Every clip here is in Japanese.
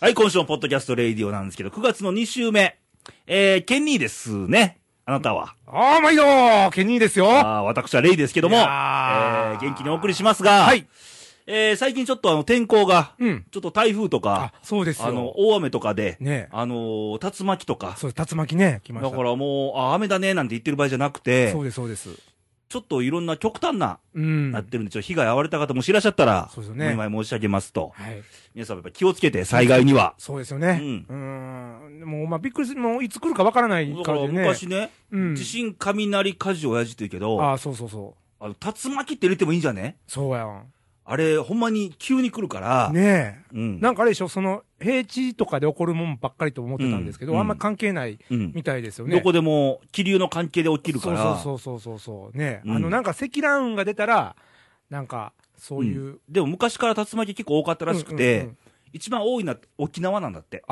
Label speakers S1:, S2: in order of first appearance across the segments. S1: はい、今週のポッドキャストレイディオなんですけど、9月の2週目。えー、ケニーですね。あなたは。
S2: あー、毎度ケニーですよは
S1: あー私はレイですけども、え
S2: いやー
S1: ー、元気にお送りしますが、
S2: い。
S1: えー、最近ちょっとあの、天候が、
S2: うん
S1: ちょっと台風と
S2: あ
S1: か、、
S2: そうです
S1: あの
S2: よ。、
S1: 大雨とかで、
S2: ねえ
S1: あのー、竜巻とか、
S2: そうです、竜巻ね、来ま
S1: だ
S2: した。
S1: からもう、あ、雨だねなんて言ってる場合じゃなくて
S2: そ、うです、そうです。
S1: ちょっといろんな極端な、
S2: うん。
S1: な
S2: は
S1: ってるんで、ちょっと被害遭われた方もしいらっしゃったら、
S2: そうですよね
S1: お見舞い申し上げますと。
S2: い。
S1: 皆さんやっぱ気をつけて、災害には。
S2: そうですよね。
S1: う
S2: うんーん。もう、まあ、びっくりする、もう、いつ来るかわからない
S1: だか
S2: かららね。
S1: 昔ね、
S2: うん
S1: 地震、雷、火事、親父って言うけど、
S2: あー、そうそうそう。
S1: あの、竜巻って入れてもいいんじゃね
S2: そうやん。
S1: あれ、ほんまに急に来るから、
S2: ねえ。
S1: うん。
S2: なんかあれでしょ、その、平地とかで起こるもんばっかりと思ってたんですけど、
S1: うん
S2: あんま関係ない
S1: うん
S2: みたいですよね。
S1: どこでも気流の関係で起きるから、
S2: そうそうそうそうそう。ね、
S1: うん
S2: あの、なんか積乱雲が出たら、なんか、そういう、
S1: うんでも昔から竜巻結構多かったらしくて、
S2: うんうんうん
S1: 一番多いのは沖縄なんだって。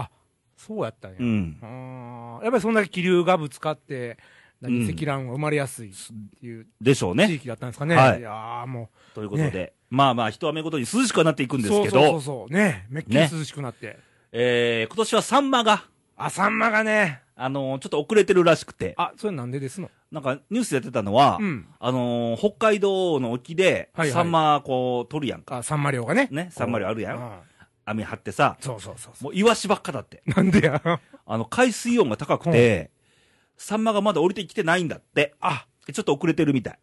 S2: そうやったんや。
S1: うん。
S2: あーやっぱりそんだけ気流がぶつかって、何
S1: うん
S2: 積乱雲が生まれやすいっていう
S1: でしょう
S2: 地
S1: ね。
S2: 域だったんですかね。
S1: はい
S2: い、やーも
S1: ということで、まあまあ、一雨ごとに涼しくはなっていくん
S2: う、
S1: です
S2: そう
S1: けど、
S2: そうそうそう、ね、めっきり
S1: ね
S2: 涼しくなって。
S1: えー今年はサンマが、
S2: あ、サンマがね、
S1: あのーちょっと遅れてるらしくて、
S2: あ、それなんでですの
S1: なんかニュースでやってたのは、
S2: うん
S1: あのー北海道の沖で
S2: はいは、い
S1: サンマこう、取るやんか。
S2: あ、サンマ漁がね。
S1: ね、サンマ漁あるや。
S2: うんん
S1: 網張ってさ、
S2: そうそうそうそ
S1: もうイワシばっかだって。
S2: う。なんでや。
S1: あの、海水温が高くて、サンマがまだ降りてきてないんだって。
S2: あ、
S1: ちょっと遅れてるみたい。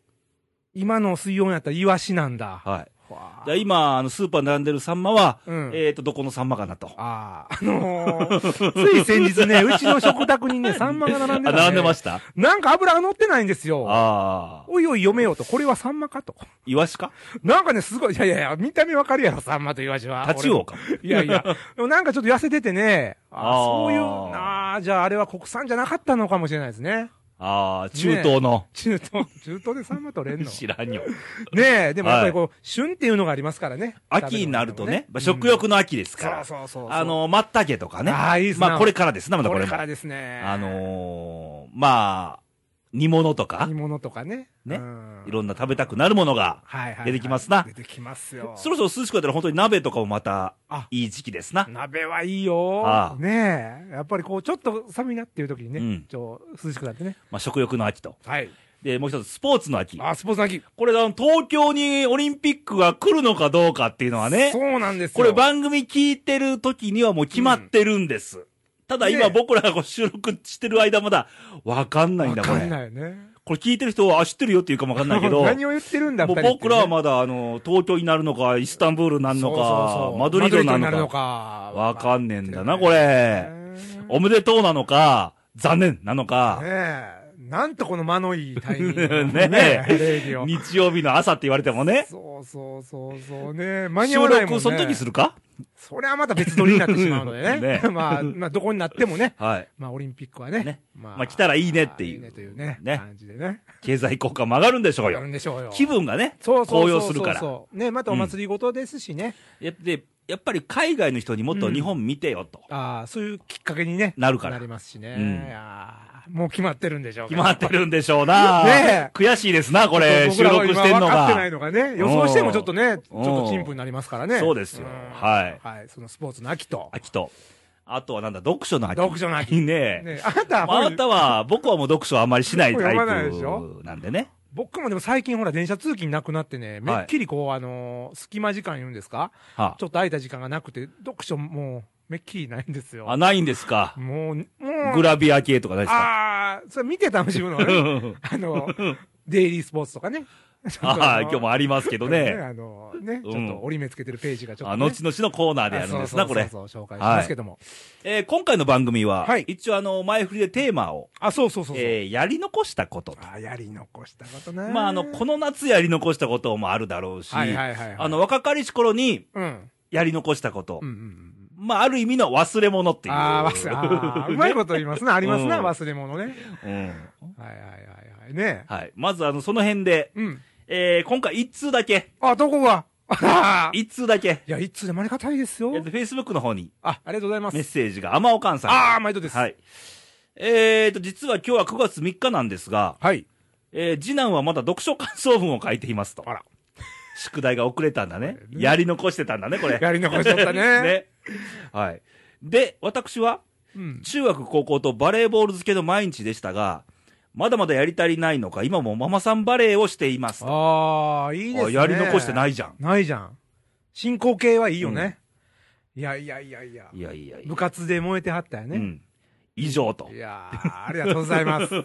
S2: 今の水温やったらイワシなんだ。
S1: はい。
S2: わ
S1: じゃあ今、あの、スーパーに並んでるサンマは、
S2: うん
S1: えっと、どこのサンマかなと。
S2: ああ、あのー、つい先 日ね、うちの食卓にね、サンマが並んでた、
S1: あ、
S2: ね。
S1: 並んでま
S2: し
S1: した
S2: た。なんか油が乗ってないんですよ。
S1: ああ。
S2: おいおい読めよと、これはサンマかと。
S1: イワシか
S2: なんかね、すごい、いやいやいや、見た目わかるやろ、サンマとイワシは。
S1: タチウオか。
S2: 俺も。いや いや、でもなんかちょっと痩せててね、あ
S1: あー
S2: あそういう、ああ、じゃああれは国産じゃなかったのかもしれないですね。
S1: ああ、中東の。
S2: 中 東、中東でサンマ取れんの。
S1: 知らんよ。
S2: ねえ、でもやっぱりこう、旬っていうのがありますからね。
S1: 秋になるとね、まあ食
S2: 食べ物
S1: 欲の秋です
S2: で
S1: か
S2: もねうん
S1: ら。
S2: そうそうそうそう。
S1: あ、の、松茸とかね。
S2: あーいいっすな
S1: まあ、これからですな、まだ
S2: こ
S1: これ
S2: れ
S1: も
S2: か。らですね。
S1: あのー、まあ、煮物とか
S2: 煮、物とかね。
S1: ね
S2: うん
S1: いろんな食べたくなるものが、
S2: はいはいはい
S1: 出てきますな
S2: 出てきますよ。
S1: そろそろ涼しくなったら本当に鍋とかもまた
S2: あ、
S1: いい時期ですな。
S2: 鍋はいいよ。
S1: ああ
S2: ねえ。やっぱりこう、ちょっと寒いなっていう時にね、
S1: うん
S2: ちょっと涼しくなってね。
S1: まあ、食欲の秋と。
S2: はい。
S1: で、もう一つ、スポーツの秋。
S2: あ、スポーツの秋。
S1: これ、あの、東京にオリンピックが来るのかどうかっていうのはね
S2: そ、うなんですよ。
S1: これ番組聞いてる時にはもう決まってるんです。ただ今
S2: ね
S1: 僕らがこう収録してる間まだわかんないんだ
S2: わ
S1: こ
S2: かん
S1: れ。
S2: ないね。
S1: これ聞いてる人は、あ、知ってるよっていうかもわかんないけど、
S2: 何を言ってるんだ、
S1: もう
S2: 二人って
S1: 僕らは
S2: ね
S1: まだあの、東京になるのか、イスタンブールになるのか、
S2: そうそうそう
S1: マドリードにな
S2: マ
S1: る
S2: ド
S1: の
S2: リードに
S1: か、
S2: なるのか。
S1: わかんねえんだな、
S2: わ
S1: こ
S2: かん
S1: れ。
S2: ね
S1: おめでとうなのか、残念なのか、
S2: え。なんとこの間のいいタイミング。
S1: ね
S2: レイディオ。
S1: 日曜日の朝って言われてもね、
S2: そうそうそうそうね。間に合
S1: 収
S2: わないもんね。
S1: 録その時するか
S2: それはまた別撮りになってしまうのでね。
S1: ね
S2: まあ、まあ、どこになってもね。
S1: はい。
S2: まあ、オリンピックはね。
S1: ねまあ来たらいいねっていう
S2: いねというね。
S1: ね
S2: 感じでね。
S1: 経済効果も上がるんでしょう
S2: やる
S1: よ。
S2: んでしょうよ。
S1: 気分がね、
S2: そうそうそうそう
S1: 高揚するから。
S2: ね、またお祭りごとですしね。
S1: やっでやっぱり海外の人にもっと
S2: うん
S1: 日本見てよと。
S2: ああ、そういうきっかけにね。
S1: なるから
S2: なりますしね。
S1: うん
S2: いやーもう決まってるんでしょう
S1: 決まって
S2: る。
S1: るんでしょうな。
S2: ねえ
S1: 悔しいですな、これ、
S2: 僕
S1: 収
S2: らは
S1: 録してん
S2: 今
S1: の
S2: 分かってな
S1: が
S2: い。のがね。予想してもちょっとね、ち
S1: う
S2: ょ
S1: ん
S2: っと陳腐になりますからね。
S1: そうですよ
S2: ん
S1: はい
S2: はい。そのスポーツの秋と。
S1: 秋と。あとはなんだ、読書の 秋。
S2: 読書の秋
S1: ねえ
S2: ね、あなたは
S1: まああ
S2: 本
S1: なたは、僕はもう読書はあんまりしないタイ
S2: 読まないでしょ
S1: プなんでね。
S2: 僕もでも最近ほら電車通勤なくなってね、めっきりこう、あのー隙間時間言うんですか
S1: は
S2: ちょっと空いた時間がなくて、読書もう、めっきりないんですよ
S1: あ、。あないんですか。
S2: もう、もう、
S1: グラビア系とかないですか。
S2: ああ、それ見て楽しむのはね。 あの、デイリースポーツとかね。ちょっ と
S1: ああ、
S2: の
S1: 今日もありますけど
S2: ね
S1: ね。
S2: あの、ね、
S1: うん
S2: ちょっと折り目つけてるページがちょっ
S1: あ、
S2: とね。
S1: 後々のコーナーでやるんですな、
S2: あそ
S1: こ
S2: うそう
S1: れ。
S2: そうそう紹介しますけども。
S1: えー今回の番組は
S2: はい、
S1: 一応あの、前振りでテーマを、
S2: あ、そうそうそうそう。
S1: えーやり残したことと。
S2: あやり残したことね。
S1: まあ、あの、この夏やり残したこともあるだろうし、
S2: はいはいはいはい
S1: あの、若かりし頃に
S2: うん。うん
S1: やり残したこと、
S2: うんうん。
S1: まあ、ある意味の忘れ物っていう。
S2: ああ、忘れ、あ あ、うまいこと言いますな。ありますな、
S1: うん
S2: 忘れ物ね。
S1: うん。
S2: はいはいはいはい。ね
S1: はい。まず、あの、その辺で、
S2: うん。
S1: えー今回一通だけ、
S2: あ、どこがあい
S1: 一通だけ、
S2: や、いつでもありがたいです
S1: えっ
S2: よ
S1: と、。Facebook の方に
S2: あ、ありがとうございま
S1: メッ
S2: す。
S1: セージが、天おかんさん。
S2: ああ、毎度です。
S1: はい。えーと、実は今日は9月3日なんですが、
S2: はい。
S1: えー次男はまだ読書感想文を書いていますと。
S2: あら。
S1: 宿題が遅れたんだね。やり残してたんだね、これ。
S2: やり残しちゃったね
S1: ね。はい。で、私は、
S2: うん。
S1: 中学、高校とバレーボール漬けの毎日でしたが、まだまだやり足りないのか、今もママさんバレーをしています。
S2: ああ、いいです
S1: あ
S2: ね。。
S1: やり残してないいじゃん。
S2: ないじゃん。進行形はいいよね。いやいやいやいや。
S1: いやいやいや。
S2: 部活で燃えてはったよ
S1: う
S2: ね。
S1: ん。以上と
S2: い。やー、ありがとうござ います。い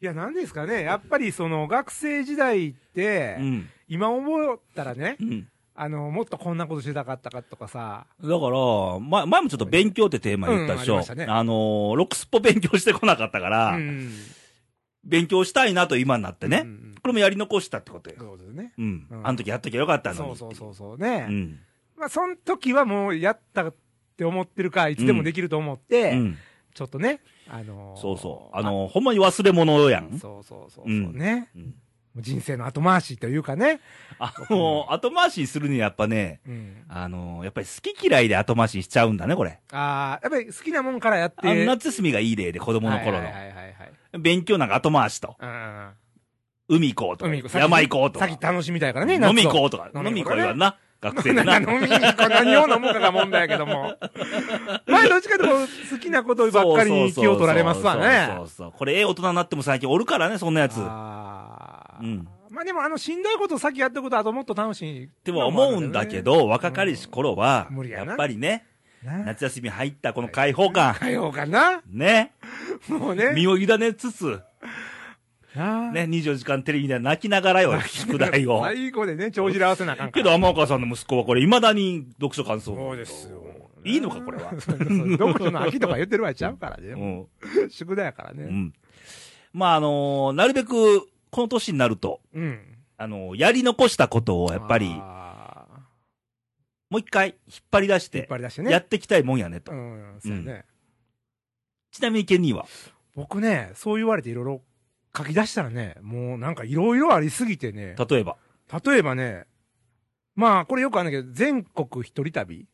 S2: や、なんですかね。やっぱりその学生時代って、
S1: うん。
S2: 今思ったらね
S1: う、ん。
S2: あの、もっとこんなことしてたかったかとかさ、
S1: だから、ま、前もちょっと勉強ってテーマで言ったでしょ。
S2: うんありましたね
S1: あのーロックスポ勉強してこなかったから、
S2: うん。
S1: 勉強したいなと今になってね。
S2: うん
S1: これもやり残したってこと
S2: そ
S1: よ。
S2: ういうことですね。
S1: うん。
S2: うん
S1: あの時やっときゃよかったのに
S2: そう
S1: ってい
S2: そうそうそう
S1: う
S2: ね。
S1: ん。
S2: まあ、その時はもうやったって思ってるから、いつでもできると思って、
S1: うん。
S2: ちょっとね、あのー
S1: そうそう。あのーほんまに忘れ物やん。
S2: そうそうそうそう
S1: うん
S2: ね。
S1: うん
S2: もう人生の後回しというかね。
S1: あのー後回しにするにはやっぱね、
S2: うん。
S1: あのーやっぱり好き嫌いで後回しにしちゃうんだね、これ。
S2: ああ、やっぱり好きなもんからやって。
S1: あの夏休みがいい例で、子供の頃の
S2: はいは。いはいはい
S1: 勉強なんか後回しと。
S2: はい。
S1: 海行こうと
S2: うん。。海行こう
S1: 山行こうとか。
S2: 先楽しみたいからね、
S1: 飲み行
S2: う。
S1: こうとか。
S2: 飲
S1: 飲み
S2: み行
S1: 行こ
S2: こう
S1: う
S2: ね
S1: よな。学生 でな。
S2: 何飲みに行こう。何を飲むかが問題やけ ども。まあ、どっちかというと好きなことばっかりに気を取られますわ
S1: そうそ
S2: ね。
S1: うそう。これ、ええ大人になっても最近おるからね、そんなやつ。
S2: あ
S1: う
S2: ー
S1: ん
S2: まあでも、あの、しんどいこと先やったことはあともっと楽しい。っ
S1: でも思うんだけ。ど、若かりし頃は
S2: うん無、理や
S1: や
S2: な
S1: っぱりね、
S2: な
S1: 夏休み入ったこの解放感、
S2: 変えようかな。
S1: ね、
S2: もうね。
S1: 身を委ねつつ、
S2: な
S1: ね、24時間テレビで泣きなが らよ、宿題を。
S2: 最後でね、帳尻合わせなあかんから
S1: けど、天岡さんの息子はこれ、未だに読書感想文
S2: そうですよ。
S1: いいのか、これは。
S2: そうそう読書の秋とか言ってる場合ちゃうから
S1: う
S2: ね。
S1: ん。
S2: 宿題やから
S1: う
S2: ね。
S1: ん。まあ、あのーなるべく、この年になると、
S2: うん。
S1: あのーやり残したことをやっぱり、
S2: あ
S1: もう一回引っ張り出し、
S2: ー引って張り出してね。
S1: やっていきたいもんやねと
S2: う。ん、そうやね。
S1: ちなみにケニーは。
S2: 僕ね、そう言われていろいろ書き出したらね、もうなんかいろいろありすぎてね、
S1: 例えば。
S2: 例えばね、まあこれよくあるんだけど、全国一人旅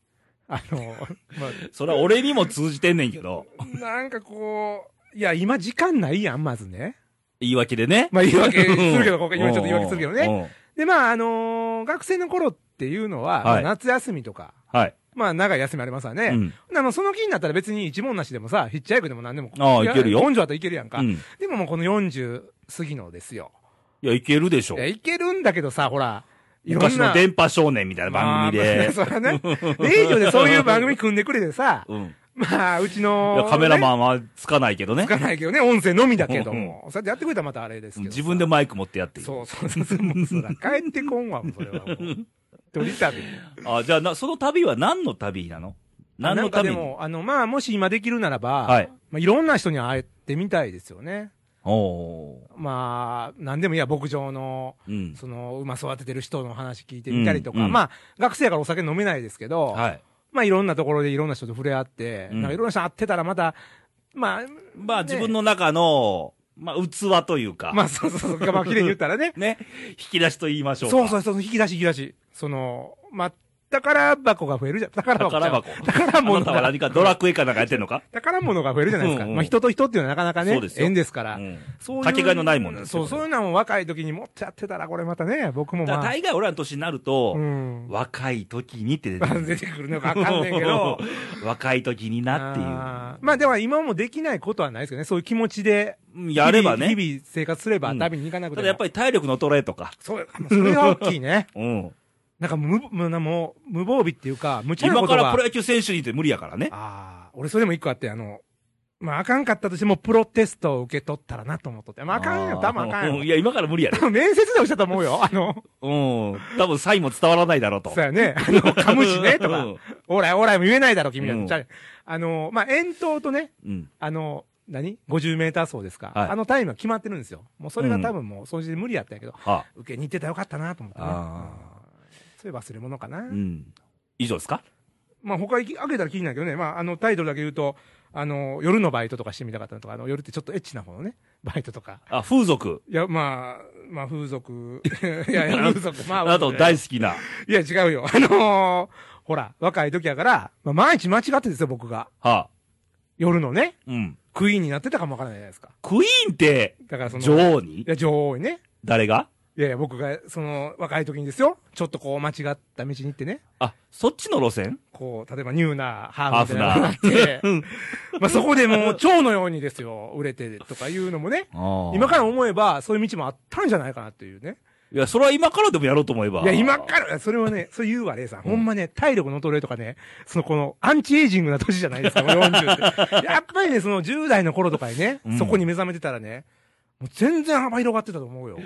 S2: あの、 ま
S1: それは俺にも通じてんねんけど。
S2: あ、なんかこう、いや、今時間ないやん、まずね。
S1: 言い訳でね。
S2: まあ言い訳するけど、
S1: うん
S2: ここ今ちょっと言い訳するけどね。。で、まあ、あのー学生の頃っていうのは、
S1: はい
S2: まあ夏休みとか、
S1: うんはい。
S2: まあ、長い休みありますわ
S1: う
S2: ね。
S1: ん。
S2: あの、その気になったら別に一文なしでもさ、ヒッチハイクでも何でも。
S1: ああいけるよ
S2: 根性あったらいけるやんか。
S1: うん
S2: でももうこの40過ぎのですよ。
S1: いや、いけるでしょ
S2: いや、。いけるんだけどさ、ほら、いろんな
S1: 昔の電波少年みたいな番組で。
S2: まあまあねそらね。レイディオでそういう番組組んでくれてさ、
S1: うん。
S2: まあ、うち
S1: い
S2: の、
S1: や、カメラ
S2: ン。
S1: マンはつかないけどね
S2: つ。かないけどね、音声のみだけど
S1: うん
S2: も。そうやってやってくれたらまたあれですけどさ。
S1: 自分でマイク持ってやっている。
S2: そうそうそうそう。もうそら、帰ってこんわ、もうそれは もう。一人旅。
S1: あ、じゃあな、その旅は何の旅なの何
S2: な
S1: の
S2: んかで
S1: 旅に
S2: も、あの、まあ、もし今できるならば、
S1: はい
S2: い。まあ、いろんな人に会えてみたいですよね。
S1: おー
S2: まあ、なんでもいいや、牧場の、
S1: うん。
S2: その、馬育ててる人の話聞いてみたりとか、
S1: うんうん
S2: まあ、学生やからお酒飲めないですけど、
S1: はい。
S2: まあ、いろんなところでいろんな人と触れ合って、
S1: うん
S2: なんかいろんな人会ってたらまた、まあ、
S1: まあ、
S2: ね
S1: 自分の中の、まあ、器というか。。
S2: まあ、そうそうそう、まあ、綺麗に言ったらね
S1: ね。引き出しと言いましょうか。
S2: そうそうそう、引き出し引き出し。その、まあ、宝箱が増えるじゃん。宝箱ちゃ
S1: 宝
S2: う。
S1: 箱。
S2: 宝
S1: あ
S2: 物
S1: なたは何かドラクエかなんかやってんのか
S2: 宝物が増えるじゃないですか。
S1: うんうん
S2: まあ、人と人っていうのはなかなか
S1: そ
S2: ね
S1: うです、よ
S2: 縁ですから。
S1: うん
S2: そういう。
S1: かけがえのないもんなんですよ
S2: そう、そういうのも若い時にもっとやってたら、これまたね、僕も
S1: だから
S2: まあ。
S1: 大概俺らの年になると、
S2: うん。
S1: 若い時にって出て くる。
S2: 出てくるのかわかんねえけど。
S1: 若い時になっていう。
S2: あーまあでも今もできないことはないですけどね。そういう気持ちで。
S1: うんやればね
S2: 日々日々生活すれば
S1: うん
S2: 旅に行かなくても。
S1: ただやっぱり体力の衰えとか。
S2: そう、もうそれが大きいね。
S1: うん。
S2: なんか無、無なもう、無防備っていうか、無茶なこ
S1: 今
S2: と
S1: か
S2: が。
S1: らプロ野球選手にって無理やからね。
S2: ああ、俺それも一個あって、あの、まああかんかったとしてもプロテストを受け取ったらなと思っとって。まああかんよ、多分あかん
S1: う
S2: よ。
S1: いや、今から無理やで。
S2: 多分面接でおっしゃったと思うよ。あの、
S1: うん。多分サインも伝わらないだろうと。
S2: そうやね。あの、 噛むしね、と
S1: う
S2: か
S1: ん。
S2: オーライオーライも言えないだろ、君は。
S1: うん
S2: じゃああの、まあ、遠投とね、
S1: うん。
S2: あの、何 ?50 メーター走ですか、
S1: はい
S2: あのタイムは決まってるんですよ。もうそれが多分もう、その時点で無理やったんやけど、
S1: はあ。
S2: 受けに行ってたらよかったなと思ってね。
S1: あ
S2: そういう忘れ物かな。
S1: うん。以上ですか
S2: まあ、他行き開けたら気になるけどね、まあ、あの、タイトルだけ言うと、あの、夜のバイトとかしてみたかったのとか、あの、夜ってちょっとエッチな方のね、 バイトとか。
S1: あ、風俗。
S2: いや、まあ、まあ、風 俗。いやいや、風俗。まあ、
S1: あと大好きな。
S2: いや、違うよ。あのーほら、若い時やから、まあ、毎日間違ってですよ、僕が。
S1: はあ。
S2: 夜のね、
S1: うん。
S2: クイーンになってたかもわからないじゃないですか。
S1: クイーンって、
S2: だからその、
S1: 女王に
S2: いや、女王にね。
S1: 誰が
S2: いいやいや、僕が、その、若い時にですよ、ちょっとこう、間違った道に行ってね、
S1: あ、そっちの路線
S2: こう、例えばニューなハーフみたいなのがあって、まあそこでもう、蝶のようにですよ、売れてとかいうのもね、今
S1: 今
S2: から思えば、そういう道もあったんじゃないかなっていうね。
S1: いや、それは今からでもやろうと思えば。
S2: いや、今から、それはね、そう言うわ、レイさん。ほんまね、体力の衰えとかね、そのこの、アンチエイジングな年じゃないですか、もう40って。やっぱりね、その10代の頃とかにね
S1: う、ん
S2: そこに目覚めてたらね、もう全然幅広がってたと思うよ。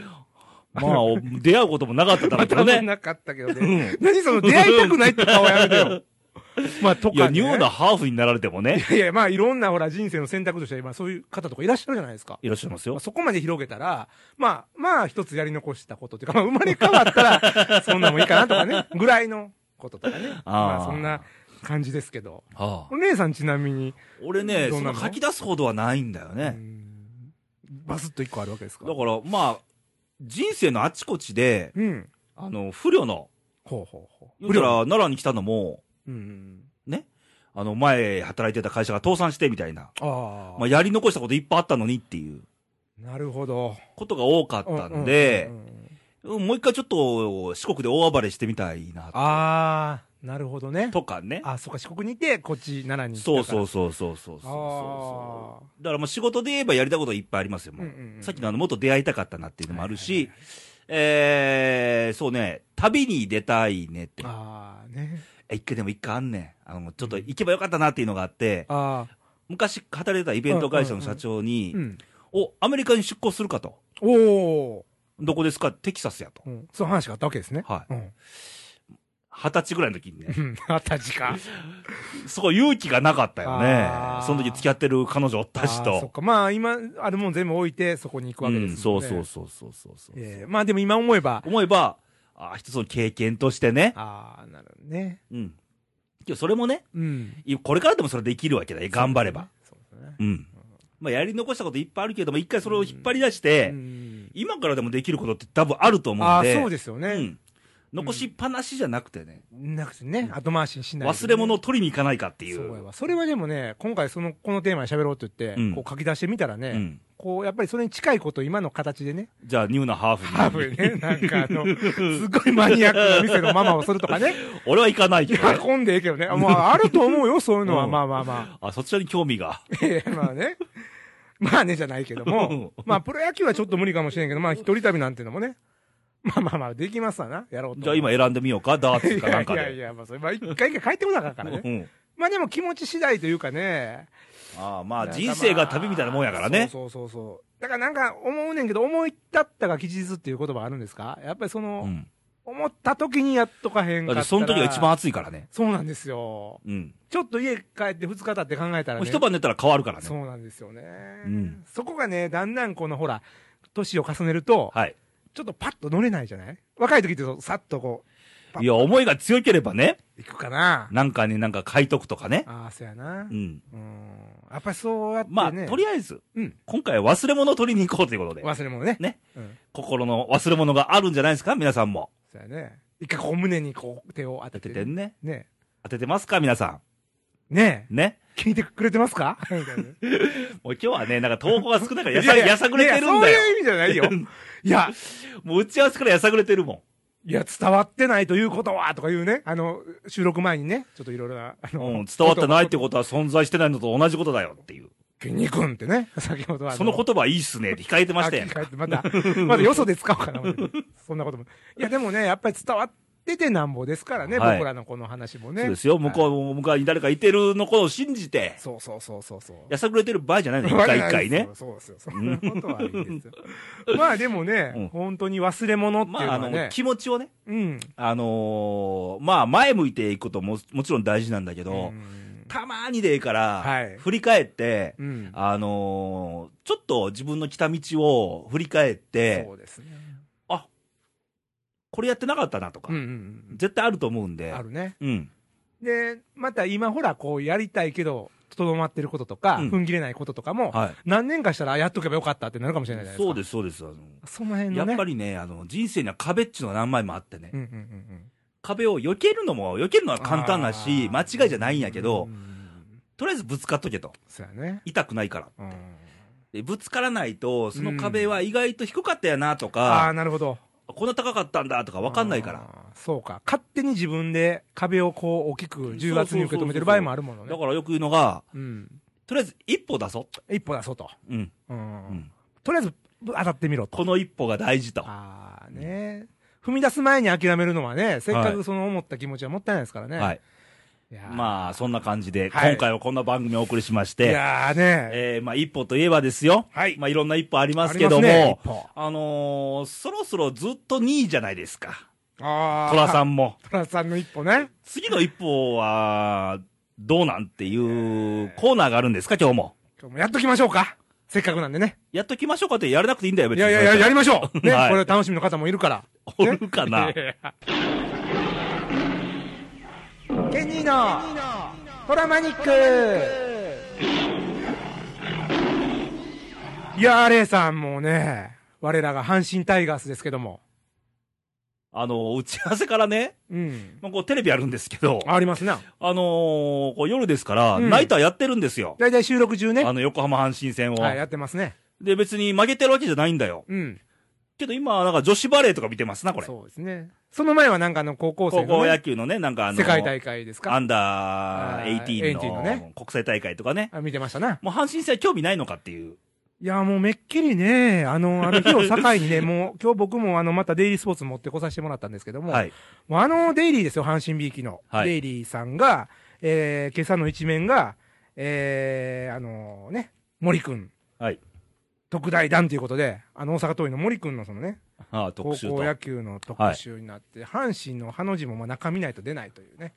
S1: まあ、お出会うこともなかっただろうけど
S2: 頭
S1: ね。
S2: なかったけどね。何その、出会いたくないって顔やめ てよ。まあ、と
S1: いや、
S2: か、ね。
S1: ニューなハーフになられてもね、
S2: いやいや、まあ、いろんなほら、人生の選択としては今、そういう方とかいらっしゃるじゃないですか。
S1: いらっしゃいます
S2: まあ
S1: よ。
S2: そこまで広げたら、まあ、まあ、一つやり残したことというか、まあ、生まれ変わった ら、そんなんもいいかなとかね、ぐらいのこととかね。まあ、そんな感じですけど。
S1: はあ
S2: お姉さんちなみに、
S1: 俺ね、
S2: どう
S1: そ
S2: なの
S1: の書き出すほどはないんだよ
S2: う
S1: ね。
S2: んバスッと一個あるわけですか
S1: だから、まあ、人生のあちこちで、
S2: うん。
S1: あの、不慮の、
S2: ほうほうほう。
S1: 言うたら奈良に来たのも、
S2: うん。
S1: ね、あの、前働いてた会社が倒産してみたいな、
S2: ああ、
S1: まあ、やり残したこといっぱいあったのにっていう
S2: なるほど。
S1: ことが多かったんで
S2: う、んうんうんう
S1: う
S2: ん
S1: んもう一回ちょっと四国で大暴れしてみたいな、
S2: ああ、なるほどね。
S1: とかね。
S2: あ、そっか、四国にいて、こっち奈良に
S1: そうそううそうそうそうそうそう
S2: あ
S1: そう。だからもう仕事で言えばやりたいこといっぱいありますよ、もう
S2: うんうんうん
S1: さっきのあの、もっと出会いたかったなっていうのもあるし、
S2: はいは
S1: えー、そうね、旅に出たいねって。
S2: ああ、ね。
S1: え一回でも一回あんねん。あの、ちょっと行けばよかったなっていうのがあって、
S2: ああ、
S1: 昔働いてたイベント会社の社長に、
S2: うん。
S1: お、アメリカに出向するかと。
S2: おお、
S1: どこですかテキサスやと
S2: う。ん、そういう話があったわけですね。
S1: はい。
S2: うん。
S1: 二十歳ぐらいの時にね、
S2: うん あった時間。
S1: すごい勇気がなかったよね
S2: あー。
S1: その時付き合ってる彼女おったし
S2: あーそっ
S1: と。
S2: か。まあ、今、あるもん全部置いて、そこに行く
S1: う
S2: わけで
S1: ん、
S2: すも
S1: そう
S2: んね。
S1: そうそうそうそうそう。
S2: ええまあ、でも今思えば、
S1: 思えば、ああ、一つの経験としてね。
S2: ああ、なるほどね。
S1: うん。けどそれもね、
S2: うん。
S1: いこれからでもそれできるわけだよ。頑張れば。
S2: そうですね。
S1: うん。まあ、やり残したこといっぱいあるけども、一回それを引っ張り出して、
S2: うん
S1: 今からでもできることって多分あると思
S2: あ
S1: うん
S2: あ、
S1: で。
S2: そうですよ
S1: う
S2: ね。
S1: ん。残しっぱなしじゃなくてね、
S2: なくてね、後回しにしないでね。
S1: 忘れ物を取りに行かないかっていう。
S2: そうやわ。それはでもね、今回その、このテーマで喋ろうって言って、
S1: うん
S2: こう書き出してみたらね、
S1: うん。
S2: こう、やっぱりそれに近いこと、今の形でね、
S1: じゃあ、ニューなハーフに。
S2: ハーフ ね、なんかあの、すごいマニアックな店のママをするとかね、
S1: 俺 は行かない
S2: い
S1: けど
S2: や、
S1: ね。
S2: 混んでええけどね。まあ、あると思うよ、そういうのは。
S1: うん
S2: まあまあま
S1: あ、そちらに興味が。
S2: あ。ええまあね。まあね、じゃないけども。まあ、プロ野球はちょっと無理かもしれんけど、まあ、一人旅なんてのもね。まあまあまあ、できますわな。やろうと。
S1: じゃあ今選んでみようか、ダーツかなんか
S2: いやいやい
S1: で。
S2: や、まあ、それ、まあ、一回一回帰ってこなあかんから
S1: う
S2: ね。
S1: ん。
S2: まあでも気持ち次第というかね。
S1: ああ、ま
S2: な
S1: あ
S2: んかまあ
S1: 人生が旅みたいなもんやからね。
S2: そうそうそうそう。だからなんか思うねんけど、思い立ったが吉日っていう言葉あるんですかやっぱりその、
S1: うん。
S2: 思った時にやっとかへんか
S1: だっ
S2: った
S1: てそ
S2: ら。
S1: の時が一番。暑いからね。
S2: そうなんですよ。
S1: うん。
S2: ちょっと家帰って2日経って考えたら
S1: もう
S2: ね。
S1: 一晩寝たら変わるからね。
S2: そうなんですよね、
S1: ん
S2: そこがね、だんだんこのほら、年を重ねると、
S1: はい。
S2: ちょっとパッと乗れないじゃない若い時ってそうさっとこパッ
S1: いや、思いが強ければね、
S2: う、行くかな。
S1: なんかね、なんか書いとくとかね。
S2: ああ、そうやな。
S1: う
S2: うん。
S1: ん。
S2: やっぱりそうやってね。
S1: まあ、とりあえず、
S2: うん。
S1: 今回は忘れ物を取りに行こうということで、
S2: 忘れ物ね。
S1: ね。
S2: うん。
S1: 心の忘れ物があるんじゃないですか皆さんも。
S2: そうやね。一回こう胸にこう手を当
S1: 当
S2: て
S1: て
S2: て
S1: て。んね。
S2: ね。
S1: 当ててますか皆さ
S2: ね
S1: ん。ね。
S2: え。聞いてくれてま すかみたいなね
S1: もう今日はね、なんか投稿が少ないからや
S2: い
S1: さ、
S2: い
S1: やさぐれてるんだ
S2: いやそういう
S1: よ。
S2: 意味じゃないよ。 いや、
S1: もう打ち合わせからやさぐれてるもん。
S2: いや、伝わってないということは、とかいうね。あの、収録前にね、ちょっといろいろな、あの、
S1: うん、伝わってないってことは存在してないのと同じことだよっていう。
S2: 筋肉んってね、先ほどはあ。
S1: その言葉いいっすねって控えてましたよ
S2: あ切り替えてまた、まだよそで使おうか な、俺そんなことも。いや、でもね、やっぱり伝わっててなんぼですからね、
S1: はい
S2: 僕らのこの話もね。
S1: そうですよ。向こう、向こうに誰かいてるのことを信じて、
S2: そうそうそうそうそう。
S1: やさぐれてる場合じ ゃないの、一回一回ね。
S2: そうですよ。そんなことはいいですよ。まあでもね、
S1: うん
S2: 本当に忘れ物っていう
S1: まあ、あ
S2: の
S1: の、
S2: はね、
S1: 気持ちをね、
S2: うん。
S1: あのーまあ、前向いていくことも、もちろん大事なんだけど、
S2: うん
S1: たまーにでいいから、
S2: はい
S1: 振り返って、
S2: うん。
S1: あのーちょっと自分の来た道を振り返って
S2: そ、うですね。
S1: これやってなかったなとか、
S2: うんうん
S1: 絶対あると思うん
S2: う
S1: で
S2: ん。あ、るね。
S1: うん。
S2: で、また今ほら、こうやりたいけど、とどまってることとか、
S1: うん
S2: 踏ん切れないこととかも、
S1: はい。
S2: 何年かしたらあやっとけばよかったってなるかもしれないじゃないですか。
S1: そうです、そうです。あの
S2: その辺
S1: や
S2: の
S1: っ
S2: ね。
S1: ぱりね、あの、人生には壁っちゅうのが何枚もあってね、
S2: うんうんうんうん。
S1: 壁を避けるのも、避けるのは簡単だし、間
S2: あー
S1: 違いじゃないんやけど、
S2: うん
S1: とりあえずぶつかっとけと。
S2: そうやね。
S1: 痛くないから。
S2: うん
S1: でぶつからないと、その壁は意外と低かったやなと
S2: ああ、
S1: か、
S2: なるほど。
S1: こんな高かったんだとか分かんないから。
S2: あー。そうか。勝手に自分で壁をこう大きく重圧に受け止めてる場合もあるものね
S1: だ。からよく言うのが、
S2: うん。
S1: とりあえず一歩出そう。
S2: 一歩出そうと。
S1: うん。う
S2: う。
S1: んん
S2: とりあえずぶ当たってみろと。
S1: この一歩が大事と。
S2: ああね。踏み出す前に諦めるのはね、せっか
S1: は
S2: く
S1: い
S2: その思った気持ちはもったいないですからね。
S1: はい。
S2: いやー
S1: まあ、そんな感じで、
S2: はい
S1: 今回はこんな番組をお送りしまし
S2: い
S1: て、
S2: やーね。
S1: えー、まあ、一歩といえばですよ。
S2: はい
S1: まあ、いろんな一歩ありますけども、
S2: あ
S1: あ,、
S2: りますね一歩
S1: のーそろそろずっと2位じゃないですか。
S2: あ
S1: トラさ
S2: ん。
S1: んも。
S2: トラさんの一歩ね。
S1: 次の一歩は、どうなんっていうコーナーがあるんですか、今日も。
S2: 今日もやっときましょうか。せっかくなんでね。
S1: やっときましょうかってやらなくていいんだよ、別
S2: い
S1: に。
S2: やいやいや、やりましょう。ね。
S1: はい
S2: これ楽しみの方もいるから。
S1: おるか な。
S2: ケニーのトラマニックいやー、レイさんもうね、我らが阪神タイガースですけども。
S1: あの、打ち合わせからね、
S2: うん。
S1: まあ、こうテレビあるんですけど、
S2: ありますな。
S1: あのーこう夜ですから、
S2: うん
S1: ナイターやってるんですよ。
S2: だいたい収録中ね。
S1: あの、横浜阪神戦を。
S2: はい、やってますね。
S1: で、別に負けてるわけじゃないんだよ。
S2: うん。
S1: けど今、なんか女子バレーとか見てますな、これ。
S2: そうですね。その前はなんかあの高校生の
S1: 高
S2: ね、
S1: 校野球のね、なんかあの、
S2: 世界大会です
S1: ア
S2: か
S1: ンダー
S2: あ
S1: 18
S2: ー18の
S1: の
S2: ね
S1: 国際大会とかね。
S2: あ見てましたな。
S1: もう阪神戦は興味ないのかっていう。
S2: いや、もうめっきりね、あの、あの日を境 にね、もう今日僕もあの、またデイリースポーツ持ってこさせてもらったんですけども、
S1: はい。
S2: もうあのデイリーですよ、阪神ビーキの。
S1: はい
S2: デイリーさんが、えー、今朝の一面が、えー、あのね、森くん、
S1: はい。
S2: 特大弾ということで、あの、大阪桐蔭の森くんのそのね、
S1: ああ、
S2: 高
S1: 特集と
S2: 校。野球の特集になって、阪神のハの字もまあ中見ないと出ないというね、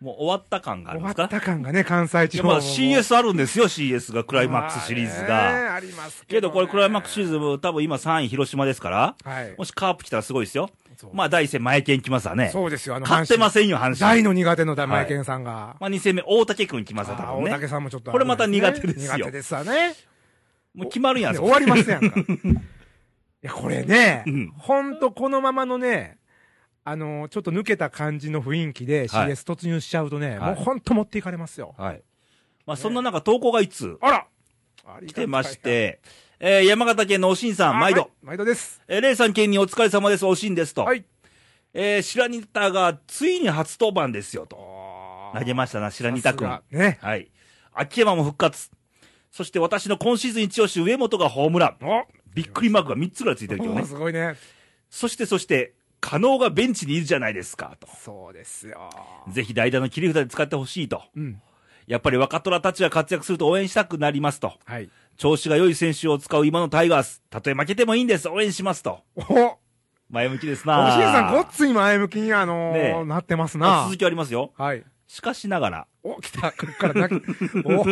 S1: もう終わった感がある
S2: 終
S1: ん
S2: わ
S1: で
S2: っ
S1: すか
S2: た感がね、関西地
S1: いや
S2: 方も
S1: まあ CS あるんですよ、CS が、クライマックスシリーズ
S2: まあね
S1: が。
S2: あります
S1: けどこれクライマックスシリー
S2: ズ。
S1: ズも多分今3位広島ですから、
S2: はい
S1: も。しカープ来たらすごいですよ。
S2: そう
S1: まあ第一戦前剣来ますわね。
S2: そうですよ、あの、
S1: 勝ってま
S2: 阪
S1: せんよ、阪
S2: 神
S1: 神。
S2: 大の苦手の玉井健さんが。
S1: まあ2戦目、大竹君来ますわ、
S2: あ
S1: 多
S2: ー
S1: 分
S2: 大
S1: ね。
S2: 竹さんもちょっと、
S1: これまた苦手ですよ
S2: 苦手ですわね。
S1: もう決まるやん、
S2: ね
S1: そ
S2: 終
S1: こ
S2: わりますや んか。いや、これね
S1: うん、
S2: ほんとこのままのね、あのーちょっと抜けた感じの雰囲気で
S1: はい
S2: CS 突入しちゃうとね、
S1: はい
S2: もうほんと持っていかれますよ。
S1: はい。まあそんな中、投稿がいつ
S2: あら
S1: 来てまし、て、えー、山形県のおしんさ
S2: あ
S1: ん、毎。
S2: は
S1: 度
S2: い。毎度です。
S1: えー、レイさん県にお疲れ様です、おしんですと。
S2: はい。
S1: えー、白仁田がついに初登板ですよと。投げ
S2: し
S1: ましたな、白仁田君。
S2: ね。
S1: はい。秋山も復活。そして私の今シーズン一押し、上本がホームラン。
S2: お
S1: びっくりマークが3つぐらいついてるけど
S2: お
S1: ね
S2: ー。すごいね。
S1: そしてそして、加納がベンチにいるじゃないですか、と。
S2: そうですよ。
S1: ぜひ代打の切り札で使ってほしいと。
S2: うん。
S1: やっぱり若虎たちが活躍すると応援したくなりますと。
S2: はい。
S1: 調子が良い選手を使う今のタイガース。たとえ負けてもいいんです、応援しますと。
S2: おお
S1: 前向きですな
S2: おしんさん、ごっつい前向きに、あのー
S1: ねえ
S2: なってますな
S1: 続。きありますよ。
S2: はい。
S1: しかしながら、
S2: お、来た。こっから泣き、お、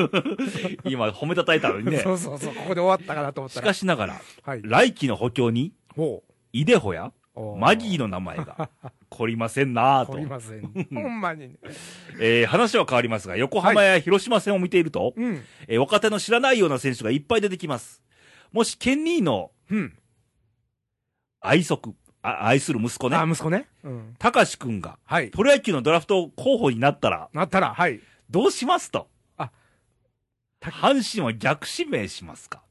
S1: 今褒めたたいたのにね
S2: そ。うそうそう、ここで終わったかなと思っ
S1: した
S2: ら。
S1: かしながら、
S2: はい。
S1: 来季の補強に、
S2: ほ
S1: イデホや
S2: おー
S1: マギーの名前 が凝りませんな
S2: う。
S1: ぁと
S2: 掘り、ません。ほんまにね。
S1: えー話は変わりますが横浜や広島戦を見ていると、
S2: うん。
S1: えー若手の知らないような選手がいっぱい出てきますもしケンニーの
S2: うん。
S1: 愛足あ愛する息子ね
S2: あ、息子ね。うん。
S1: たかし君が
S2: はい。
S1: プロ野球のドラフト候補になったら
S2: なったら、はい。
S1: どうしますと
S2: あ
S1: 阪神は逆指名しますか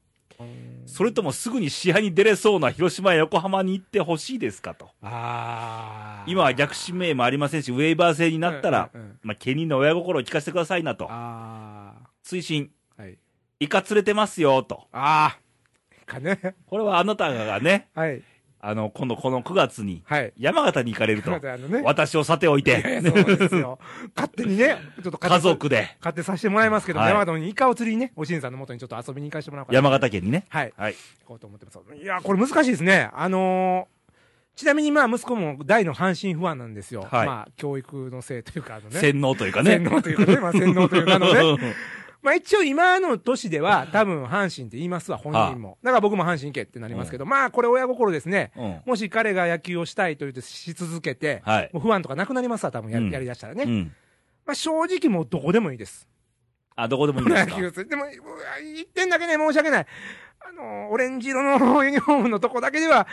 S1: それともすぐに試合に出れそうな広島や横浜に行ってほしいですかと
S2: あー
S1: 今は逆指名もありませんしウェーバー制になったら、
S2: うんうんうん
S1: まあ、ケニーの親心を聞かせてくださいなと
S2: あ
S1: 追伸
S2: ー。はい。
S1: イカ連れてますよと。
S2: あー。かね。
S1: これはあなたがね、
S2: はい。
S1: あの、今度この9月に、
S2: はい。
S1: 山形に行かれると
S2: ま。だあのね。
S1: 私をさておいて、
S2: そうですよ。勝手にね、ちょっと勝手
S1: 家族で、
S2: 勝手させてもらいますけど、
S1: はい
S2: 山田にイカを釣りにね、おしんさんの元にちょっと遊びに行かせてもらおうかな。
S1: 山形県にね。
S2: はい。
S1: はい。
S2: 行こうと思ってます。いや、これ難しいですね。あのーちなみにまあ息子も大の阪神ファンなんですよ。
S1: はい
S2: まあ教育のせいというか、あのね。
S1: 洗脳というかね。
S2: 洗脳というかね、まあ洗脳というかあの ね。
S1: ね。
S2: まあ一応今の年では多分阪神って言いますわ、本人も。だから僕も阪神行けってなりますけど、まあこれ親心ですね。
S1: うん。
S2: もし彼が野球をしたいと言ってし続けて、
S1: はい
S2: もう不安とかなくなりますわ、多分や,、
S1: うん
S2: やりだしたらね。
S1: うん。
S2: まあ正直もうどこでもいいです。
S1: あ、どこでもいいんです
S2: 野
S1: か
S2: 球する。でも、うわ一点だけね、申し訳ない。あのー、オレンジ色のユニフォームのとこだけでは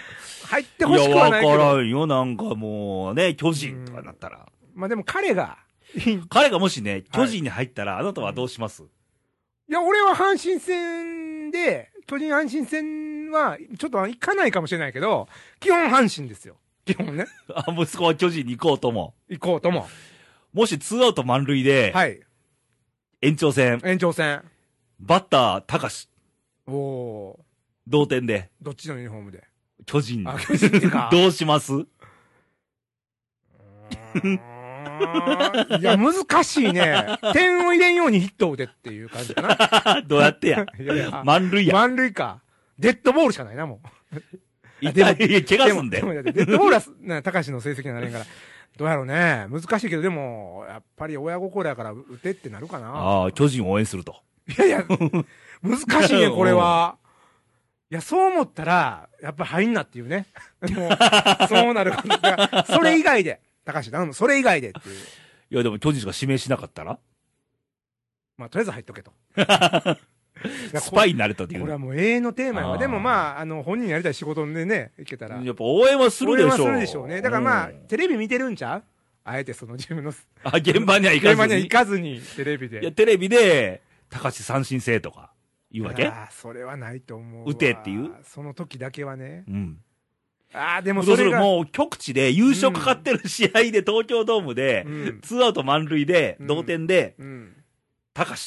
S2: 入って
S1: い
S2: ほ
S1: や、
S2: しくは
S1: わ
S2: な
S1: か
S2: いけど。
S1: らんよ。なんかもうね、巨人とかなったら。
S2: まあでも彼が、い
S1: 彼がもしね、巨人に入ったら、あなたはどうします
S2: や、俺は阪神戦で、巨人阪神戦は、ちょっと行かないかもしれないけど、基本阪神ですよ。基本ね。
S1: あ息子は巨人に行こうとも。
S2: 行こうとも。
S1: もしツーアウト満塁で、
S2: はい。
S1: 延長戦、
S2: 延長戦。
S1: バッター、高し、
S2: おおー。
S1: 同点で、
S2: どっちのユニフォー ムで。
S1: 巨人
S2: あ、巨人っていうか
S1: 。どうします
S2: いや、難しいね。点を入れんようにヒットを打てっていう感じかな。
S1: あどうやってや。
S2: いやいや
S1: 満塁や。
S2: 満塁か。デッドボールしかないな、もう。
S1: い
S2: でも
S1: や、 いや怪我すんで
S2: で。も、でもデッドボールはす、な、高橋の成績にはなれんから。どうやろうね。難しいけど、でも、やっぱり親心やから打てってなるかな。
S1: ああ、巨人を応援すると。
S2: いやいや、難しいね、これ は。いや、そう思ったら、やっぱ入んなっていうね。もう、そうなることがそれ以外で。高橋頼む、それ以外でっていう。
S1: いや、でも巨人しか指名しなかったら、
S2: まあ、とりあえず入っとけと。いや
S1: スパイになれたとい
S2: これは
S1: う。
S2: もう永遠のテーマや
S1: あ
S2: わ。
S1: ー
S2: でもまあ、あの、本人やりたい仕事でね、いけたら。
S1: やっぱ応援はするでしょう。
S2: 俺はするでしょうね。だからまあ、
S1: うん
S2: テレビ見てるんちゃうあえてその自 分の、
S1: あ、現場には行か
S2: 現
S1: ず
S2: 場
S1: に。
S2: には行かずに、テレビで。
S1: いや、テレビで、高橋三振制とか、言うわけ
S2: あーそれはないと思うわ。
S1: 打てっていう
S2: その時だけはね。
S1: うん。
S2: ああ、でも
S1: もうそ
S2: それ
S1: れ
S2: が。
S1: もう局地で優勝かかってる試合で東京ドームで、
S2: うん。
S1: ツーアウト満塁で、
S2: うん
S1: 同点で、
S2: うん。
S1: 高橋、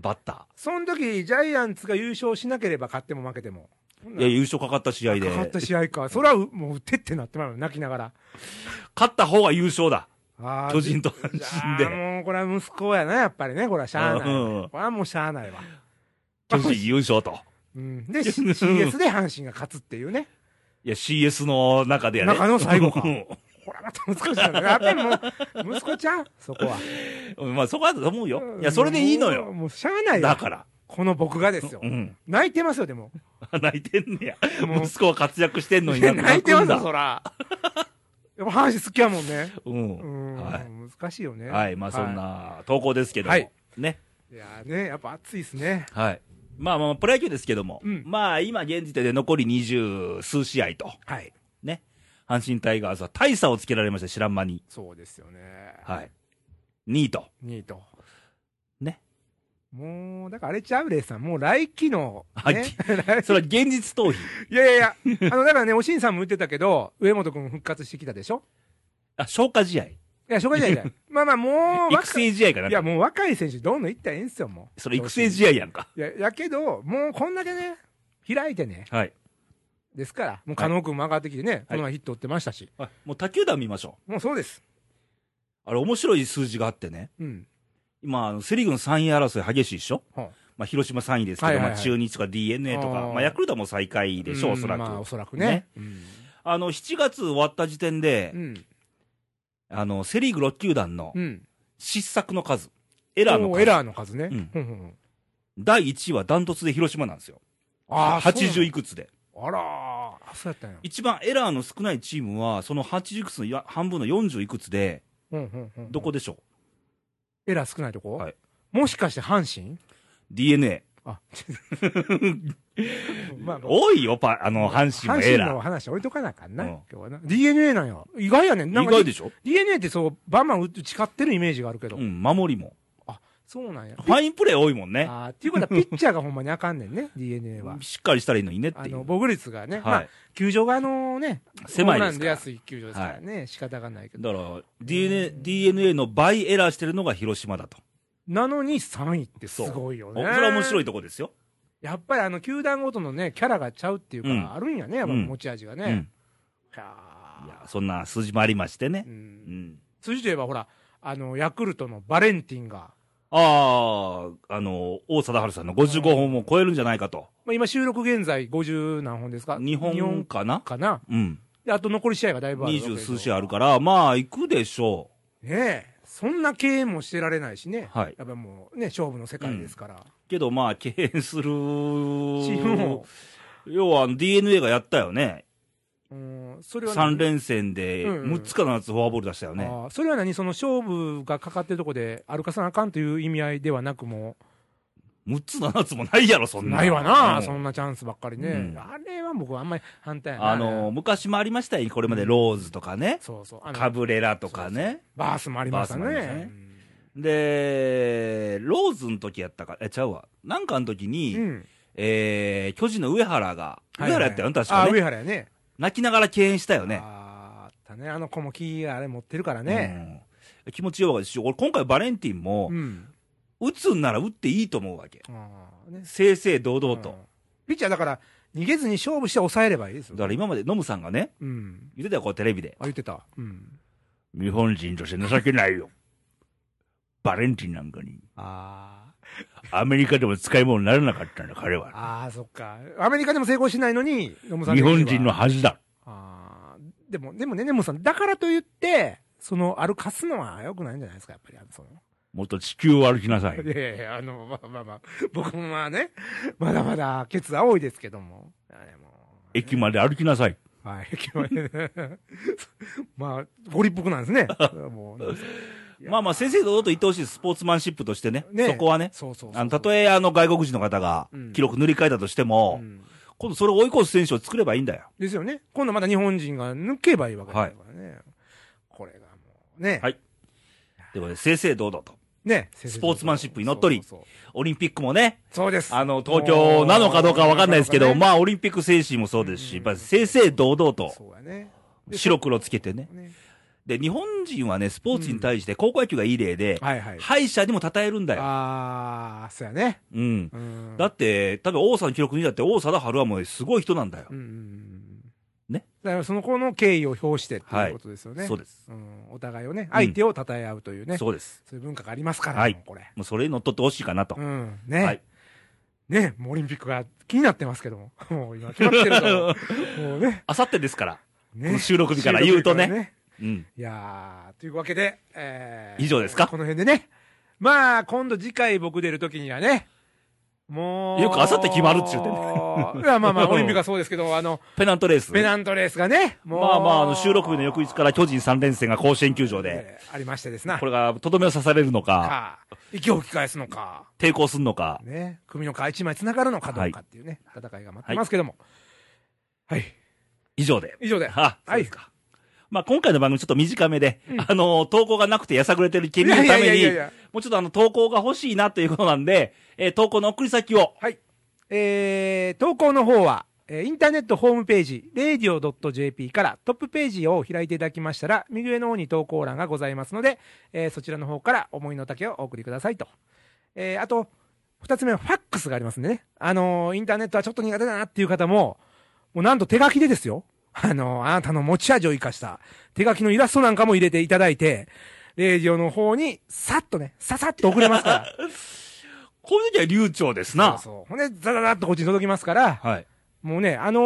S1: バッタ
S2: その時、ジャイアンツが優勝しなければ勝っても負けても。
S1: ー。いや、優勝かかった試合で。
S2: かかっ
S1: 勝
S2: た試合か。それはう、もう打てってなってまうの泣きながら。
S1: った方が優勝だ。
S2: あー
S1: 巨人と阪
S2: じゃ
S1: 神
S2: あ
S1: で。
S2: もうこれは息子やな、やっぱりね。これはしゃあない。
S1: うん
S2: これはもうしゃあないわ。
S1: 巨人優勝と。
S2: うん。で、C- CS で阪神が勝つっていうね。
S1: いや、CS の中でやね。
S2: 中の最後か
S1: うん
S2: ほら、また難しいな。やっぱりもう、息子ちゃんそこは。
S1: うんまあ、そこだと思うよ。いや、それでいいの
S2: もう
S1: よ。
S2: もうしゃあない
S1: だ
S2: よ。
S1: から。
S2: この僕がですよ
S1: う。ん。
S2: 泣いてますよ、でも。
S1: 泣いてんね
S2: も
S1: や。
S2: う
S1: 息子は活躍してんのに
S2: いや 泣いてますよ、
S1: 泣
S2: そ
S1: くんだ
S2: ら。やっぱ阪神好きやもんね。
S1: う。
S2: うんん
S1: は。
S2: 難しいよね。
S1: はい、まあ、そんな投稿ですけども
S2: はい。
S1: ね。
S2: い。いやね、やっぱ熱いっすね。
S1: はい。まあまあ、プロ野球ですけども
S2: うん。
S1: まあ、今現時点で残り二十数試合と。
S2: はい。
S1: ね。阪神タイガースは大差をつけられました、知らん間に。
S2: そうですよね。
S1: はい。2位と。
S2: 2位と。
S1: ね。
S2: もう、だからあれちゃう、レイさん。もう来季の、
S1: あ
S2: ね。 来
S1: それは現実逃避。
S2: いやいやいや、あの、だからね、おしんさんも言ってたけど、上本くん復活してきたでしょ
S1: あ、消化試合。
S2: いや、紹介じゃな いじゃない。まあまあ、もう、
S1: 育成試合か
S2: 若
S1: ない
S2: い。や、もう若い選手、どんどんいったらええんすよ、もう。
S1: それ育成試合やんか。
S2: いや、やけど、もうこんだけね、開いてね、
S1: はい。
S2: ですから、もう加納くんも上がってきてね、この前ヒット打ってましたし。
S1: もう他球団見ましょ
S2: もうそうです。
S1: う。あれ面白い数字があってね。
S2: うん。
S1: 今、あのセリーグの3位争い激しいでしょ
S2: はあ
S1: まあ、広島3位ですけど、
S2: はいはいはい
S1: まあ、中日とか d n a とか、
S2: あー
S1: まあ、ヤクルトはもう最下位でしょう、おそらく。
S2: まあ、おそらくね
S1: ね。
S2: うん
S1: あの、7月終わった時点で、
S2: うん。
S1: あの、セリーグ6球団の
S2: うん。
S1: 失策の数、エラーの
S2: お
S1: 数、
S2: エラーの数ね。
S1: う
S2: うんんうんうん。
S1: 第1位はダントツで広島なんですよ。
S2: ああ、
S1: 80い
S2: く。
S1: くつで。
S2: あらー、そうやったんや。
S1: 一番エラーの少ないチームは、その80いくつのや半分の40いくつで、
S2: うんうんうん。
S1: どこでしょう、
S2: エラー少ないとこ
S1: はい
S2: もしかして阪神
S1: d n a
S2: あ、まあ
S1: 多いよ、パあの、阪神もエ
S2: 阪神の
S1: ラ
S2: 話置いとかなあかんな、
S1: うん
S2: 今日はな。DNA なんや。意外やねん。な
S1: ー。
S2: ん
S1: 意
S2: か
S1: 外でしょ
S2: DNA ってそう、バンバン打ち勝ってるイメージがあるけど。
S1: うん、守りも。
S2: そうなんや。
S1: ファインプレー多いもんね。
S2: あーっていうことは、ピッチャーがほんまにあかんねんね、DNA は。
S1: しっかりしたらいいのにねっ
S2: あ
S1: てい
S2: の、
S1: う。
S2: 防御率がね、ま
S1: は
S2: あ、球場側のね、
S1: い。狭い
S2: ホ
S1: で
S2: ームラン
S1: す
S2: 出
S1: か
S2: や
S1: ら。
S2: すい球場ですからね、仕方がないけど。
S1: だから DNA、DNA の倍エラーしてるのが広島だと。
S2: なのに3位ってすごいよ
S1: お
S2: ね。
S1: それは面白
S2: い。
S1: いとこですよ。
S2: やっぱりあの、球団ごとのね、キャラがちゃうっていうか、
S1: うん
S2: あるんやね、やっぱ
S1: うん
S2: 持ち味が
S1: う
S2: ね。
S1: ん。い
S2: いや
S1: や、そんな数字もありましてね
S2: ーう。。
S1: うんん。
S2: 数字といえばほら、あの、ヤクルトのバレンティンが、
S1: ああ、あの、王貞治さんの55本を超えるんじゃないかと。
S2: まあ、今収録現在50何本ですか
S1: 日本かな
S2: かな
S1: うん。
S2: であと残り試合がだいぶある
S1: 二十数試合ある
S2: ら。
S1: から、まあ、行くでしょ
S2: ねえ。そんな敬遠もしてられないしね。
S1: はい
S2: やっぱもうね、勝負の世界ですから。
S1: う。けど、まあ、敬遠する。
S2: チームも、
S1: 要は、DNA がやったよね。
S2: うん、それは何
S1: 3連戦で、
S2: うんうん
S1: 6つか7つフォアボール出したよね。
S2: ああそれは何その勝負がかかってるとこで歩かさなあかんという意味合いではなくも
S1: 6つ7つもないやろ、そんな。
S2: ないわな、
S1: うん
S2: そんなチャンスばっかりね、
S1: うん
S2: あれは僕はあんまり反対やな
S1: あの、昔もありましたよ、これまでローズとかね、
S2: そうそうあの
S1: カブレラとかね。
S2: バースもありましたね
S1: バースもありましたねで、ローズの時やったか、え、ちゃうわ。なんかの時に、
S2: うん、
S1: えー、巨人の上原が、
S2: は
S1: 上
S2: いはい
S1: 原やったよね、確
S2: あ
S1: か
S2: あ
S1: ね。
S2: 上原やね
S1: 泣きながら敬遠したよね。
S2: ああね、あの子も木あれ持ってるからね。
S1: ね、気持ちよいわけですし、俺今回バレンティンも
S2: う、ん。
S1: 打つんなら打っていいと思うわけ。
S2: ああ、ね。
S1: 正々堂々
S2: うん
S1: と。。
S2: ピッチャーだから、逃げずに勝負して抑えればいいですよ。
S1: だから今までノムさんがね、
S2: うん。
S1: 言ってたよ、こうテレビで
S2: あ、。言ってた。うん。
S1: 日本人として情けないよ。バレンティンなんかに、
S2: あ
S1: アメリカでも使い物にならなかったんだ、彼
S2: あ。
S1: は。
S2: ああ、そっか。アメリカでも成功しないのに、野村さん
S1: 日
S2: 的には
S1: 本人の。恥だ。
S2: ああ。でも、でもね、ネムさん、だからといって、その、歩かすのは良くないんじゃないですか、やっぱり。あのその
S1: もっと地球を歩きなさい。
S2: いやいやいや、あの、まあまあまあ、僕もまあね、まだまだ、ケツ青いですけども。あれも
S1: 駅まで歩きなさい。
S2: う。はい、決まり。 まあ、ご立腹なんですね。 もう
S1: まあまあ、先生堂々と言ってほしいですスポーツマンシップとしてね。
S2: ね
S1: そこはね。
S2: そうそうそう
S1: あの、たとえあの外国人の方が
S2: うん
S1: 記録塗り替えたとしても、
S2: うん
S1: 今度それを追い越す選手を作ればいいんだよ。
S2: ですよね。今度また日本人が抜けばいいわけだからね。これがもうね。
S1: はいでもね、正々堂々と。
S2: ね。
S1: スポーツマンシップにのっとり
S2: そうそうそう
S1: オリンピックもね、
S2: そうです。
S1: あの、東京なのかどうかわかんないですけど、
S2: もう
S1: まあ、オリンピック精神もそうですし、
S2: うん
S1: やっぱり正々堂々と、
S2: そうやね。
S1: 白黒つけてね。
S2: ね
S1: で、日本人はね、スポーツに対して高校野球がいい例で、
S2: はいはい。
S1: 敗者にも称えるんだよ。
S2: ああ、そうやね。
S1: うん。
S2: うん。
S1: だって、多分王さんの記録にだって、王貞治はもうすごい人なんだよ
S2: う。んうんうん。
S1: ね。
S2: だからその子の敬意を表してっていうことですよね。
S1: そうです。
S2: うん。お互いをね、相手を称え合うというね。そう
S1: そうです。
S2: いう文化がありますから、
S1: はい
S2: もうこれ。
S1: もうそれに乗っ取ってほしいかなと
S2: う。ん。
S1: は
S2: ね
S1: い。。
S2: ね、もうオリンピックが気になってますけども。もう今決まってる と。もうね。
S1: あさってですから。この
S2: ね。
S1: 収録日から言うと
S2: 収録日
S1: ね。
S2: ら
S1: うん。
S2: いやー、というわけで、えー、
S1: 以上ですか
S2: この辺でね。まあ、今度次回僕出るときにはね、もう。
S1: よくあさって決まるっちゅうてね
S2: ね。いや、まあまあ、オリンピックはそうですけど、あの、
S1: ペナントレース。
S2: ペナントレースがね、もう。
S1: まあまあ、あの、収録日の翌日から巨人3連戦が甲子園球場で、
S2: えーありましてですな。
S1: これがとどめを刺されるのか、
S2: か、息を吹き返すのか、
S1: 抵抗するのか、
S2: ね、組の皮一枚繋がるのかどうかっていうね、戦いが待ってますけども。はい。
S1: 以上で。
S2: 以上で。
S1: あ、そうですか。まあ、今回の番組ちょっと短めで、
S2: うん
S1: あの、投稿がなくてやさぐれてる君の
S2: い
S1: た
S2: やい
S1: め
S2: やい
S1: に
S2: やいや、
S1: もうちょっとあの、投稿が欲しいなということなんで、えー投稿の送り先を、
S2: はい。えー、投稿の方は、えーインターネットホームページ、radio.jp からトップページを開いていただきましたら、右上の方に投稿欄がございますので、えーそちらの方から思いの丈をお送りくださいと。えーあと、二つ目はファックスがありますんでね。あのーインターネットはちょっと苦手だなっていう方も、もうなんと手書きでですよ。あのーあなたの持ち味を生かした手書きのイラストなんかも入れていただいて、レジオの方に、さっとね、ささっと送れますから。
S1: こういう時は流暢ですな。
S2: そうそう。ほんで、ザザザっとこっちに届きますから、
S1: はい。
S2: もうね、あの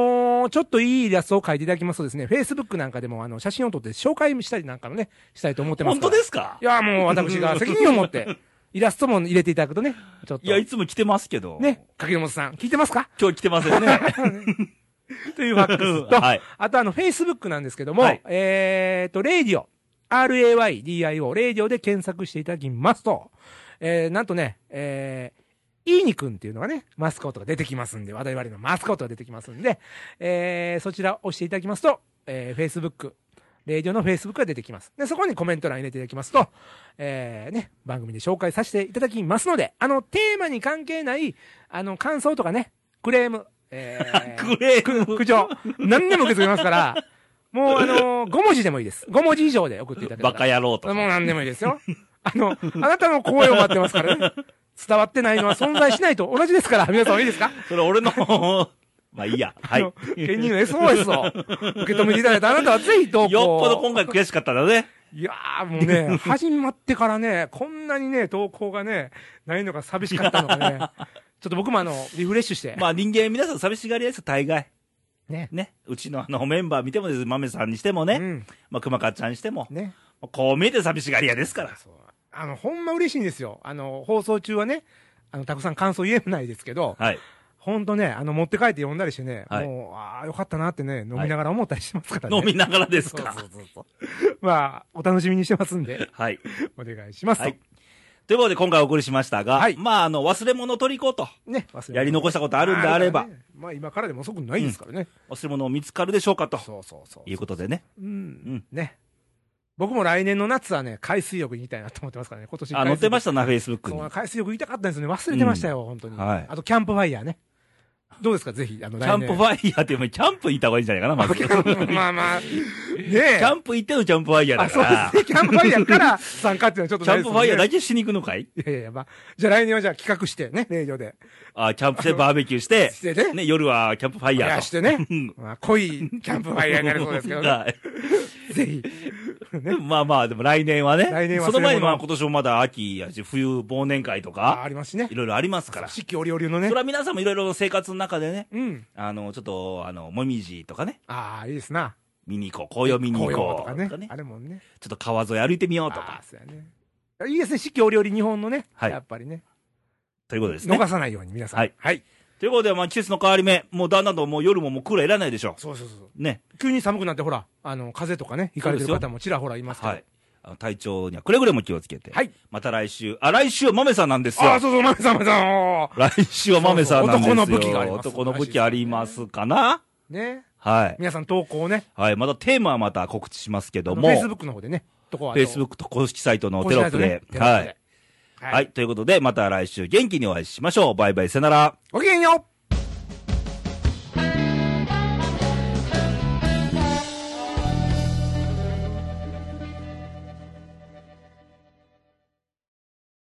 S2: ーちょっといいイラストを描いていただきますとですね、Facebook なんかでもあの写真を撮って紹介したりなんかもね、したいと思ってま
S1: 本
S2: すから。
S1: 当ですすか
S2: いや、もう私が責任を 持って、イラストも入れていただくとね、ちょっと。
S1: いや、いつも来てますけど。
S2: ね、柿本さん、聞いてますか
S1: 今日来てませんね。
S2: というファックスと、
S1: はい
S2: あとあの、Facebook なんですけども、
S1: はい
S2: えーと、radio、RAYDIO、radio で検索していただきますと、えー、なんとね、えー、いいにくんっていうのがね、マスコットが出てきますんで、我々のマスコットが出てきますんで、えー、そちらを押していただきますと、えー、Facebook、レイディオの Facebook が出てきます。で、そこにコメント欄入れていただきますと、えー、ね、番組で紹介させていただきますので、あの、テーマに関係ない、あの、感想とかね、クレーム、え ー、
S1: クレーム
S2: 苦情。何でも受け付けますから、もうあのー、5文字でもいいです。5文字以上で送っていただけた
S1: バ
S2: ら
S1: カ野郎と。
S2: もう何でもいいですよ。あの、あなたの声を待ってますからね。伝わってないのは存在しないと同じですから、皆さんいいですか
S1: それ俺の、 まあいいや。はい。
S2: あの
S1: よ
S2: 県人の SOS を受け止めていただいたあなたはぜひ投
S1: っぽ
S2: 稿。
S1: ど今回悔しかったんだね。
S2: いやーもうね、始まってからね、こんなにね、投稿がね、ないのが寂しかったのかね。ちょっと僕もあの、リフレッシュして。
S1: まあ人間皆さん寂しがり屋ですよ、大概。
S2: ね。
S1: ね。うちのあのメンバー見てもです。豆さんにしても
S2: う
S1: ね。
S2: ん。
S1: まあ熊川ちゃんにしても。
S2: ね。
S1: こう見えて寂しがり屋ですから。
S2: そうあの、ほんま嬉しいんですよ。あの、放送中はね、あの、たくさん感想言えないですけど、
S1: はい。
S2: ほんとね、あの、持って帰って読んだりしてね、
S1: はい
S2: もう、ああ、よかったなってね、飲みながら思ったりしてますからね。
S1: 飲みながらです
S2: そう
S1: か
S2: そ。うそうそう。まあ、お楽しみにしてますんで、
S1: はい。
S2: お願いしますと。
S1: はい。ということで今回お送りしましたが、
S2: はい
S1: まああの忘れ物を取り行こうと。
S2: ね、忘れ物
S1: やり残したことあるんであれば、
S2: ねまあ、今からでも遅くないですからね。
S1: 忘れ物を見つかるでしょうかと。
S2: そうそうそう。
S1: いうことでね。
S2: うん。
S1: ん
S2: ね。僕も来年の夏はね、海水浴に行きたいなと思ってますからね、今年。
S1: あ、載ってま
S2: し
S1: したな、フェイスブック
S2: そ
S1: に
S2: う。海水浴行きたかったんですよね。忘れてましたよ、本当に。
S1: はい
S2: あと、キャンプファイヤーね。どうですか、ぜひ、あの、
S1: キャンプフ
S2: ァ
S1: ァイヤーって、お前キャンプ行った方がいいんじゃないかな、まず。キャ
S2: ま あまあ、ねえ。
S1: ンプ行ってのキャンプファイヤーだ
S2: あ、
S1: か
S2: そうで
S1: ら
S2: す。ね。キャンプファイヤーから参加っていうのはちょっと
S1: キャンプファイヤーだ
S2: け
S1: けしに行くのかい
S2: いやいやいや、まあ、じゃあ来年はじゃあ企画してね、令場で。
S1: あ、キャンプしてバーベキューして
S2: し、てね。
S1: ね、夜はキャンプファイ
S2: い
S1: ヤー
S2: や、
S1: と。
S2: し てね
S1: ん。
S2: まあ、濃いキャンプファイヤーになるそうですけど ね。
S1: はい
S2: ぜひ。
S1: でも まあまあ、でも来年はね。
S2: 来年は
S1: その前に
S2: 忘れ物
S1: まあ今年もまだ秋やし、冬忘年会と
S2: あ、
S1: か、
S2: ありますしね
S1: い。ろいろありますから。そ
S2: 四季折々のね
S1: れ。は皆さんもいろいろ生活の中でね、
S2: うん。
S1: あの、ちょっと、あの、もみじとかね、
S2: ああ、いいですな。
S1: 見に行こう、紅葉見に行こうと
S2: とか
S1: か
S2: ね
S1: ね、。
S2: あるもんね。
S1: ちょっと川沿い歩いてみようと
S2: あ
S1: か
S2: あ、、そうやね。いいですね、四季折々日本のね。
S1: はい
S2: やっぱりね。
S1: ということですね。
S2: 逃さないように、皆さん。
S1: はい
S2: はい。
S1: ということで、まあ季節の変わり目、もうだんだんともう夜ももうクーラーいらないでしょ
S2: そうそうそう。
S1: う。ね。
S2: 急に寒くなって、ほら、あの、風邪とかね、行かれてる方もちらほらいますけど。
S1: はい。あの体調にはくれぐれも気をつけて。
S2: はい
S1: また来週、あ、来週は豆さんなんですよ。
S2: ああ、そうそう、まめさん、まめさんおー。
S1: 来週は豆さんなんですよ。
S2: そうそう男の武器があります
S1: 男の武器ありますかな
S2: ね。
S1: はい。
S2: 皆さん投稿をね、
S1: はい。またテーマはまた告知しますけ
S2: フ
S1: ども。
S2: ェイスブックの方でね、とこはあ
S1: フ
S2: の。
S1: ェイスブックと公式サイトの
S2: 公
S1: テ
S2: 式
S1: ロ
S2: サ
S1: ッ
S2: イ
S1: プ
S2: ト
S1: で
S2: ね。。
S1: は
S2: テロップ
S1: い。
S2: で。
S1: はい。。ということで、また来週元気にお会いしましょう。バイバイ、さよなら。
S2: ごきげんよう